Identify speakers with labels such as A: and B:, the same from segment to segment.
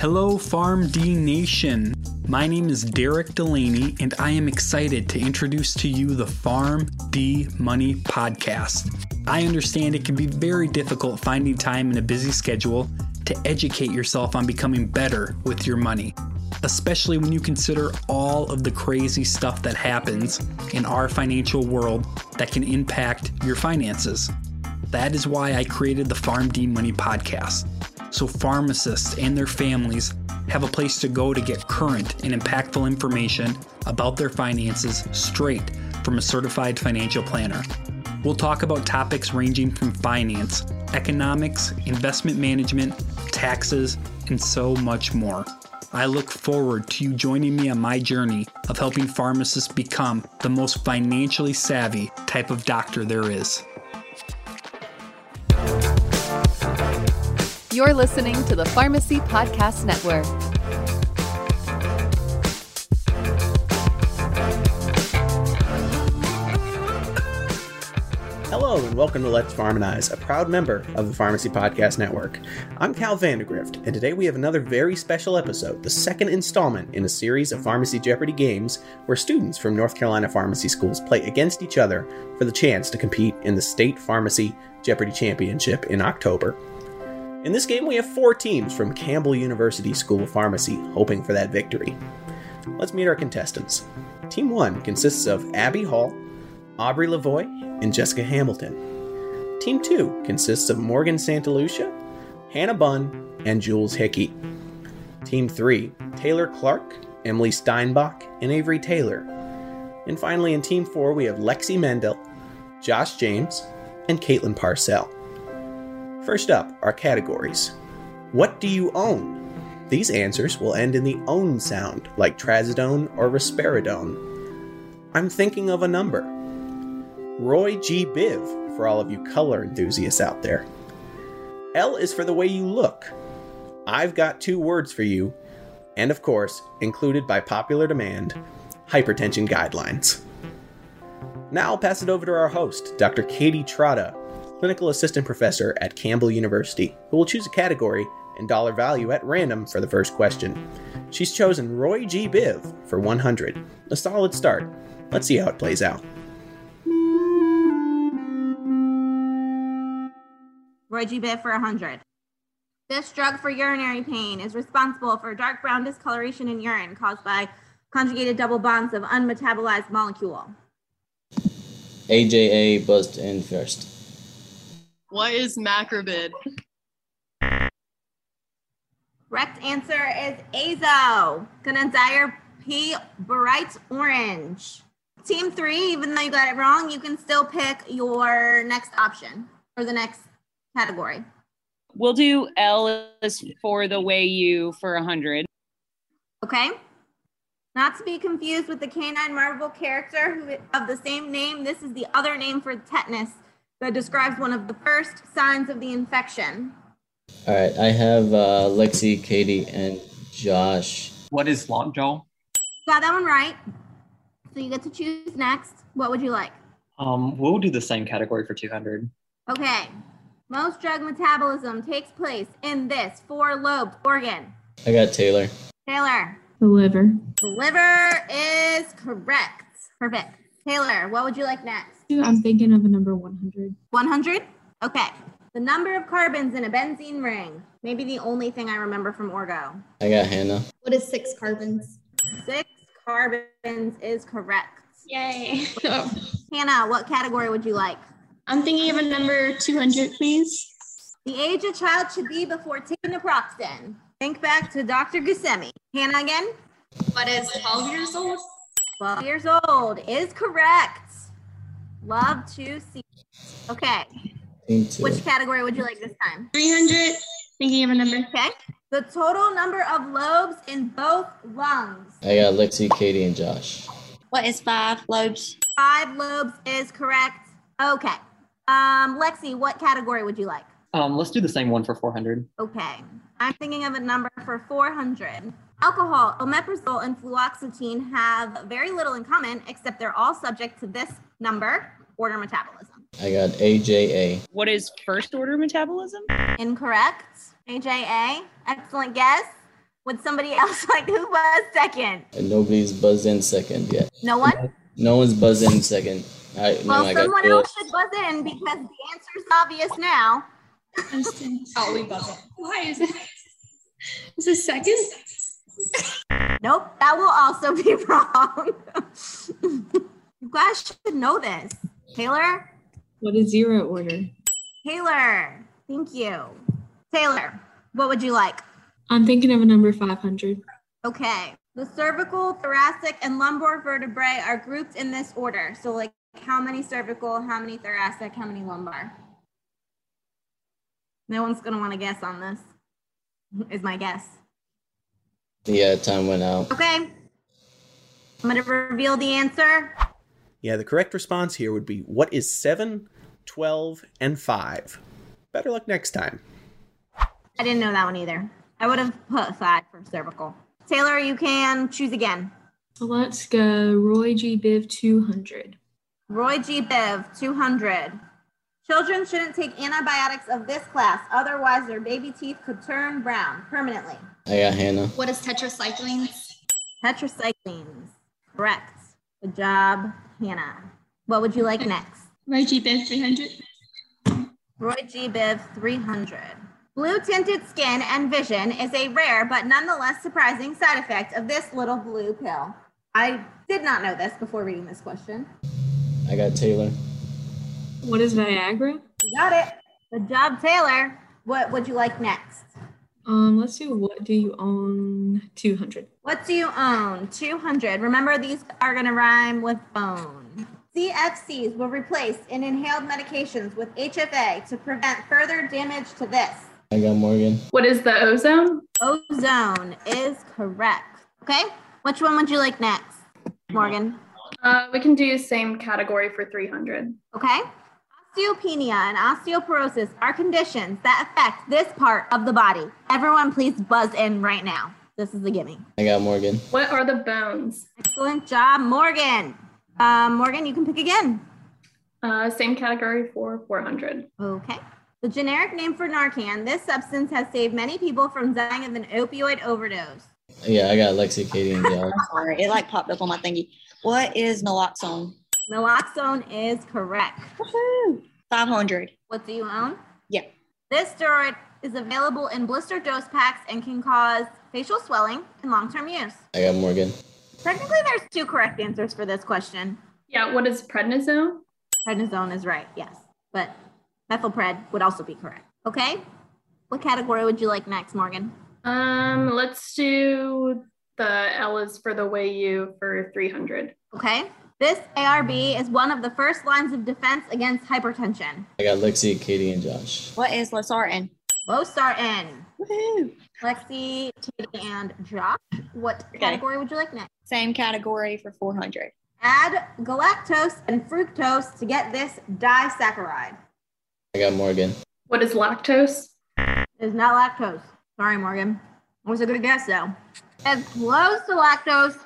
A: Hello, Farm D Nation. My name is Derek Delaney, and I am excited to introduce to you the Farm D Money Podcast. I understand it can be very difficult finding time in a busy schedule to educate yourself on becoming better with your money, especially when you consider all of the crazy stuff that happens in our financial world that can impact your finances. That is why I created the Farm D Money podcast. So pharmacists and their families have a place to go to get current and impactful information about their finances straight from a certified financial planner. We'll talk about topics ranging from finance, economics, investment management, taxes, and so much more. I look forward to you joining me on my journey of helping pharmacists become the most financially savvy type of doctor there is.
B: You're listening to the Pharmacy Podcast Network.
C: Hello, and welcome to Let's Pharmanize, a proud member of the Pharmacy Podcast Network. I'm Cal Vandergrift, and today we have another very special episode, the second installment in a series of Pharmacy Jeopardy games where students from North Carolina pharmacy schools play against each other for the chance to compete in the State Pharmacy Jeopardy Championship in October. In this game, we have four teams from Campbell University School of Pharmacy hoping for that victory. Let's meet our contestants. Team 1 consists of Abby Hall, Aubrey Lavoy, and Jessica Hamilton. Team 2 consists of Morgan Santalucia, Hannah Bunn, and Jules Hickey. Team 3 Taylor Clark, Emily Steinbach, and Avery Taylor. And finally, in Team 4, we have Lexi Mendel, Josh James, and Caitlin Parcell. First up are categories. What do you own? These answers will end in the own sound, like trazodone or risperidone. I'm thinking of a number. Roy G. Biv, for all of you color enthusiasts out there. L is for the way you look. I've got two words for you, and of course, included by popular demand, hypertension guidelines. Now I'll pass it over to our host, Dr. Katie Trotta, clinical assistant professor at Campbell University, who will choose a category and dollar value at random for the first question. She's chosen Roy G. Biv for 100. A solid start. Let's see how it plays out.
D: Roy G. Biv for 100. This drug for urinary pain is responsible for dark brown discoloration in urine caused by conjugated double bonds of unmetabolized molecule.
E: AJA buzzed in first.
F: What is macrobid?
D: Correct answer is azo. Gonna dye your pee bright orange. Team three, even though you got it wrong, you can still pick your next option or the next category.
G: We'll do L is for the way you for a hundred.
D: Okay. Not to be confused with the canine Marvel character who, of the same name. This is the other name for tetanus that describes one of the first signs of the infection.
E: All right, I have uh, Lexi, Katie, and Josh.
H: What is lockjaw?
D: Got that one right. So you get to choose next. What would you like?
H: Um, we'll do the same category for 200.
D: Okay. Most drug metabolism takes place in this four lobed organ.
E: I got Taylor.
D: Taylor,
I: The liver.
D: the liver is correct. Perfect. Taylor, what would you like next?
I: Two, I'm thinking of the number 100.
D: 100? Okay. The number of carbons in a benzene ring. Maybe the only thing I remember from Orgo.
E: I got Hannah.
J: What is six carbons?
D: Six carbons is correct.
J: Yay.
D: Hannah, what category would you like?
J: I'm thinking of a number 200, please.
D: The age a child should be before taking naproxen. Think back to Dr. Gusemi. Hannah again?
J: What is 12 years old?
D: 12 years old is correct. Love to see. Okay,
E: Team two.
D: which category would you like this time?
J: 300. Thinking of a number.
D: Okay. The total number of lobes in both lungs.
E: I got Lexi, Katie, and Josh.
J: What is five lobes?
D: Five lobes is correct. Okay. Um, Lexi, what category would you like?
H: Um, let's do the same one for 400.
D: Okay. I'm thinking of a number for 400. Alcohol, omeprazole, and fluoxetine have very little in common, except they're all subject to this number, order metabolism.
E: I got AJA.
G: What is first order metabolism?
D: Incorrect. AJA, excellent guess. Would somebody else like who was second?
E: And nobody's buzzed in second yet.
D: No one?
E: No one's buzzed in second. I, man,
D: Well,
E: I got
D: someone
E: killed.
D: else should buzz in because the answer's obvious now.
J: Oh, we both. Why is it? Is this second?
D: Nope, that will also be wrong. you guys should know this. Taylor?
I: What is zero order?
D: Taylor, thank you. Taylor, what would you like?
I: I'm thinking of a number 500.
D: Okay. The cervical, thoracic, and lumbar vertebrae are grouped in this order. So, like, how many cervical, how many thoracic, how many lumbar? No one's going to want to guess on this, is my guess.
E: Yeah, time went out.
D: Okay. I'm going to reveal the answer.
C: Yeah, the correct response here would be what is 7, 12, and 5? Better luck next time.
D: I didn't know that one either. I would have put five for cervical. Taylor, you can choose again.
I: So let's go Roy G. Biv 200.
D: Roy G. Biv, 200. Children shouldn't take antibiotics of this class, otherwise, their baby teeth could turn brown permanently.
E: I got Hannah.
J: What is tetracycline?
D: Tetracyclines. Correct. Good job, Hannah. What would you like next?
J: Roji Biv 300.
D: Roy G. Biv 300. Blue tinted skin and vision is a rare but nonetheless surprising side effect of this little blue pill. I did not know this before reading this question.
E: I got Taylor.
I: What is Viagra?
D: You Got it. Good job, Taylor. What would you like next?
I: Um, let's do what do you own 200.
D: What do you own? 200. Remember, these are going to rhyme with bone. CFCs were replaced in inhaled medications with HFA to prevent further damage to this.
E: I got Morgan.
K: What is the ozone?
D: Ozone is correct. Okay. Which one would you like next, Morgan?
K: Uh, we can do same category for 300.
D: Okay. Osteopenia and osteoporosis are conditions that affect this part of the body. Everyone, please buzz in right now. This is a gimme.
E: I got Morgan.
K: What are the bones?
D: Excellent job, Morgan. Um, Morgan, you can pick again.
K: Uh, same category for 400.
D: Okay. The generic name for Narcan, this substance has saved many people from dying of an opioid overdose.
E: Yeah, I got Lexi, Katie, and Dallas.
L: Sorry, it like popped up on my thingy. What is naloxone?
D: Naloxone is correct.
L: Five hundred.
D: What do you own?
L: Yeah.
D: This steroid is available in blister dose packs and can cause facial swelling and long term use.
E: I got Morgan.
D: Technically, there's two correct answers for this question.
K: Yeah, what is prednisone?
D: Prednisone is right, yes. But methylpred would also be correct. Okay. What category would you like next, Morgan?
K: Um, let's do the L is for the way you for 300.
D: Okay. This ARB is one of the first lines of defense against hypertension.
E: I got Lexi, Katie, and Josh.
L: What is losartan?
D: Losartan.
L: Woohoo!
D: Lexi, Katie, and Josh. What
L: Okay.
D: category would you like next?
L: Same category for 400.
D: Add galactose and fructose to get this disaccharide.
E: I got Morgan.
K: What is lactose?
D: It's not lactose. Sorry, Morgan. It was a good guess, though. It's close to lactose,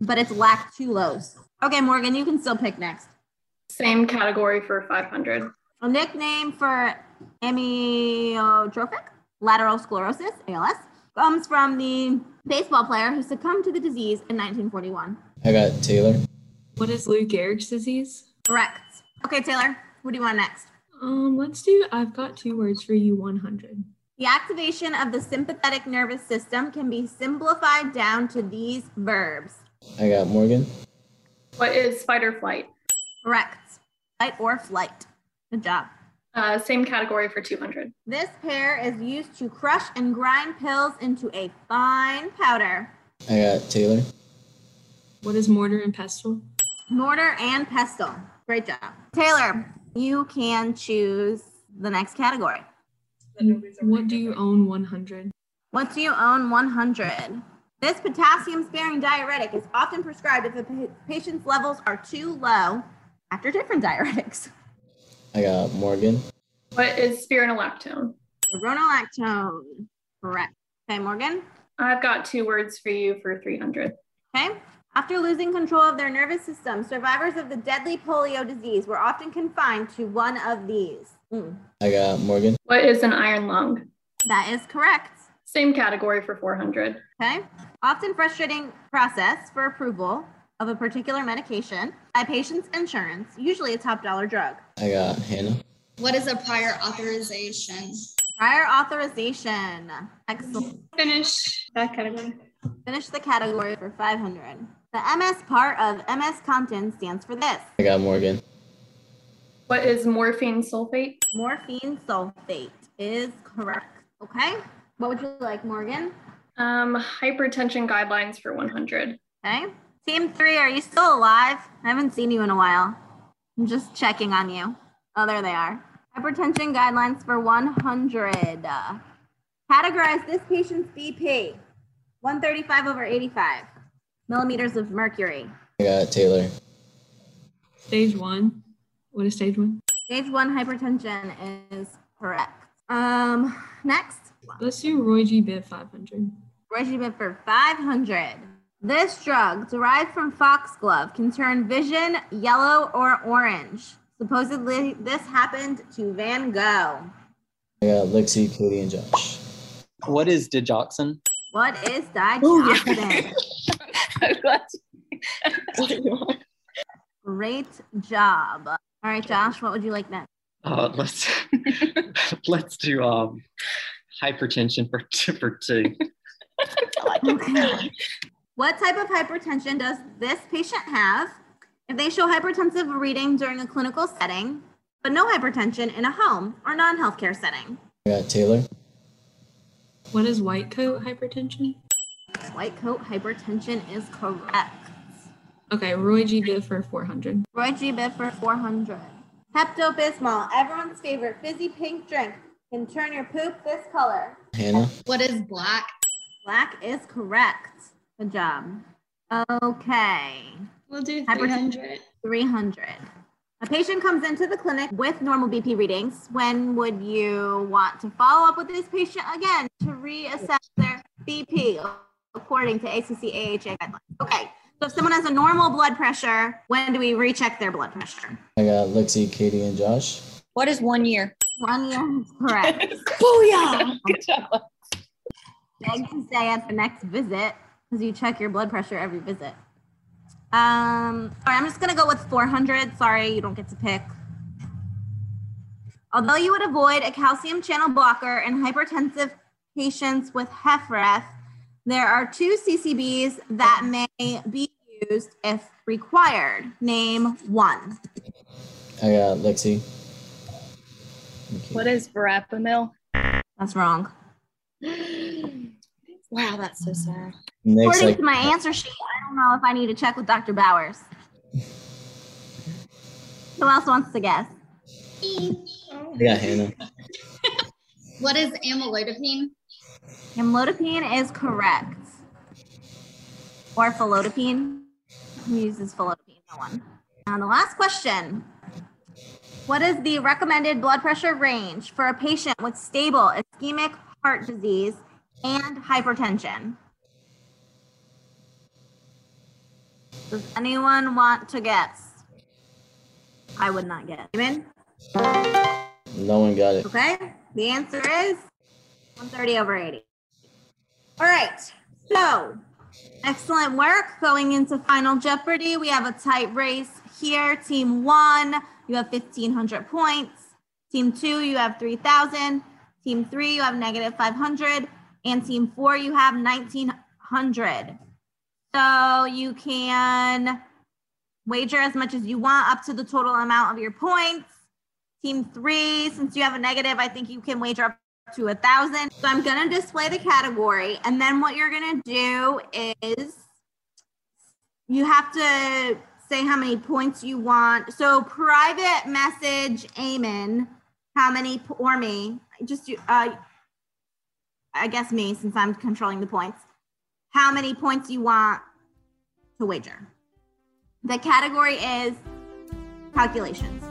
D: but it's lactulose. Okay, Morgan, you can still pick next.
K: Same category for 500.
D: A nickname for amyotrophic lateral sclerosis, ALS, comes from the baseball player who succumbed to the disease in 1941.
E: I got Taylor.
I: What is Lou Gehrig's disease?
D: Correct. Okay, Taylor, what do you want next?
I: Um, let's do I've got two words for you 100.
D: The activation of the sympathetic nervous system can be simplified down to these verbs.
E: I got Morgan.
K: What is fight or flight?
D: Correct. Fight or flight. Good job.
K: Uh, same category for 200.
D: This pair is used to crush and grind pills into a fine powder.
E: I got Taylor.
I: What is mortar and pestle?
D: Mortar and pestle. Great job. Taylor, you can choose the next category.
I: What do you own 100?
D: What do you own 100? This potassium sparing diuretic is often prescribed if a pa- patient's levels are too low after different diuretics.
E: I got Morgan.
K: What is spironolactone?
D: Spironolactone. Correct. Okay, Morgan.
K: I've got two words for you for 300.
D: Okay. After losing control of their nervous system, survivors of the deadly polio disease were often confined to one of these. Mm,
K: Hmm.
E: I got Morgan.
K: What is an iron lung?
D: That is correct.
K: Same category for 400.
D: Okay. Often frustrating process for approval of a particular medication by patient's insurance, usually a top dollar drug.
E: I got Hannah.
J: What is a prior authorization?
D: Prior authorization. Excellent.
J: Finish that category.
D: Finish the category for 500. The MS part of MS Compton stands for this
E: I got Morgan.
K: What is morphine sulfate?
D: morphine sulfate is correct. Okay. What would you like, Morgan?
K: Um, hypertension guidelines for 100.
D: Okay. Team three, are you still alive? I haven't seen you in a while. I'm just checking on you. Oh, there they are. Hypertension guidelines for 100. Uh, categorize this patient's BP 135 over 85 millimeters of mercury.
E: I got Taylor.
I: Stage one. What is stage one?
D: Stage one hypertension is correct. Um, next,
I: Let's do Roy G. Biv 500.
D: regimen for 500. This drug, derived from foxglove, can turn vision yellow or orange. Supposedly, this happened to Van Gogh.
E: I got Lexi, Katie, and Josh.
H: What is digoxin?
D: What is digoxin? Great job. All right, Josh, what would you like next?
H: Uh, let's let's do um, hypertension for for two.
D: Okay. what type of hypertension does this patient have if they show hypertensive reading during a clinical setting, but no hypertension in a home or non healthcare setting?
E: I got Taylor.
I: What is white coat hypertension?
D: White coat hypertension is correct.
I: Okay, Roy G. Biv for 400.
D: Roy G. Biv for 400. Pepto Bismol, everyone's favorite fizzy pink drink, can turn your poop this color.
E: Hannah.
J: What is black?
D: Black is correct. Good job. Okay.
J: We'll do
D: Hypertension.
J: 300.
D: 300. A patient comes into the clinic with normal BP readings. When would you want to follow up with this patient again to reassess their BP according to ACC AHA guidelines? Okay. So if someone has a normal blood pressure, when do we recheck their blood pressure?
E: I got Lexi, Katie, and Josh.
L: What is one year?
D: One year is correct.
L: Booyah!
G: Good job.
D: Beg to stay at the next visit because you check your blood pressure every visit. Um, all right, I'm just gonna go with 400. Sorry, you don't get to pick. Although you would avoid a calcium channel blocker in hypertensive patients with HEFREF, there are two CCBs that may be used if required. Name one.
E: I got Lexi. Okay.
G: What is verapamil?
D: That's wrong.
L: Wow, that's so sad.
E: Next,
D: According
E: like,
D: to my answer sheet, I don't know if I need to check with Dr. Bowers. Who else wants to guess?
E: I got Hannah.
J: What is amlodipine?
D: Amlodipine is correct. Or philodipine. Who uses philodipine? No one. And the last question. What is the recommended blood pressure range for a patient with stable ischemic heart disease and hypertension? Does anyone want to guess? I would not guess. Amen?
E: No one got it.
D: Okay, the answer is 130 over 80. All right, so excellent work going into Final Jeopardy. We have a tight race here. Team one, you have 1,500 points. Team two, you have 3,000. Team three, you have negative 500. And team four, you have 1,900. So you can wager as much as you want up to the total amount of your points. Team three, since you have a negative, I think you can wager up to a thousand. So I'm gonna display the category, and then what you're gonna do is you have to say how many points you want. So private message Amen, how many p- or me? Just you, uh, I guess me since I'm controlling the points. How many points you want to wager? The category is calculations.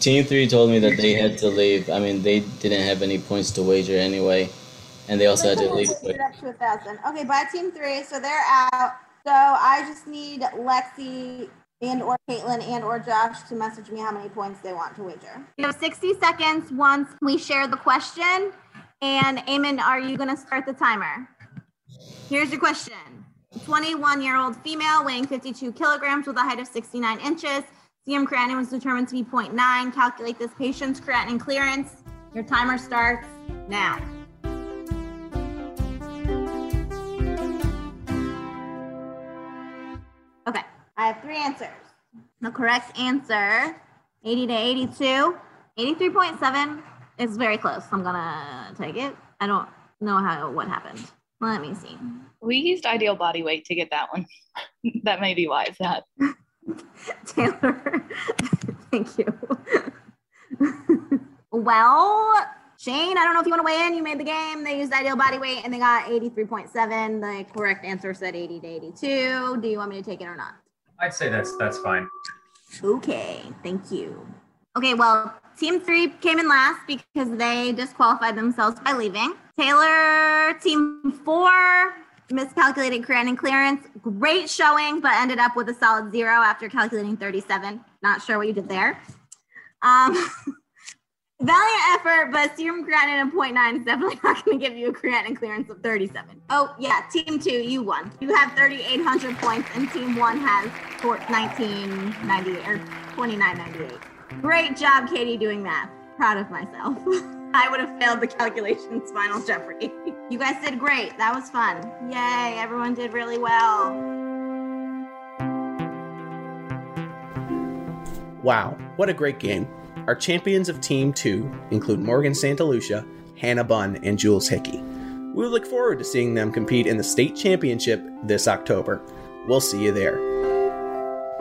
E: Team three told me that they had to leave. I mean, they didn't have any points to wager anyway, and they also had to leave quick.
D: Up to a thousand. Okay, by team three, so they're out. So I just need Lexi, and or Caitlin and or Josh to message me how many points they want to wager. You have 60 seconds once we share the question. And Eamon, are you going to start the timer? Here's your question. 21 year old female weighing 52 kilograms with a height of 69 inches. CM creatinine was determined to be 0.9. Calculate this patient's creatinine clearance. Your timer starts now. Okay, I have three answers. The correct answer 80 to 82, 83.7 is very close. I'm gonna take it. I don't know how what happened. Let me see.
G: We used ideal body weight to get that one. that may be why it's that.
D: Taylor, thank you. well, Shane, I don't know if you want to weigh in. You made the game. They used ideal body weight and they got 83.7. The correct answer said 80 to 82. Do you want me to take it or not?
M: I'd say that's that's fine.
D: Okay, thank you. Okay, well, team three came in last because they disqualified themselves by leaving. Taylor, team four, miscalculated creatinine clearance. Great showing, but ended up with a solid zero after calculating 37. Not sure what you did there. Um, valiant effort, but serum creatinine of 0.9 is definitely not going to give you a creatinine clearance of 37. Oh, yeah, team two, you won. You have 3,800 points, and team one has 1998 or 2998. Great job, Katie, doing math. Proud of myself. I would have failed the calculations final Jeopardy. You guys did great. That was fun. Yay, everyone did really well.
C: Wow, what a great game. Our champions of Team 2 include Morgan Santalucia, Hannah Bunn, and Jules Hickey. We look forward to seeing them compete in the state championship this October. We'll see you there.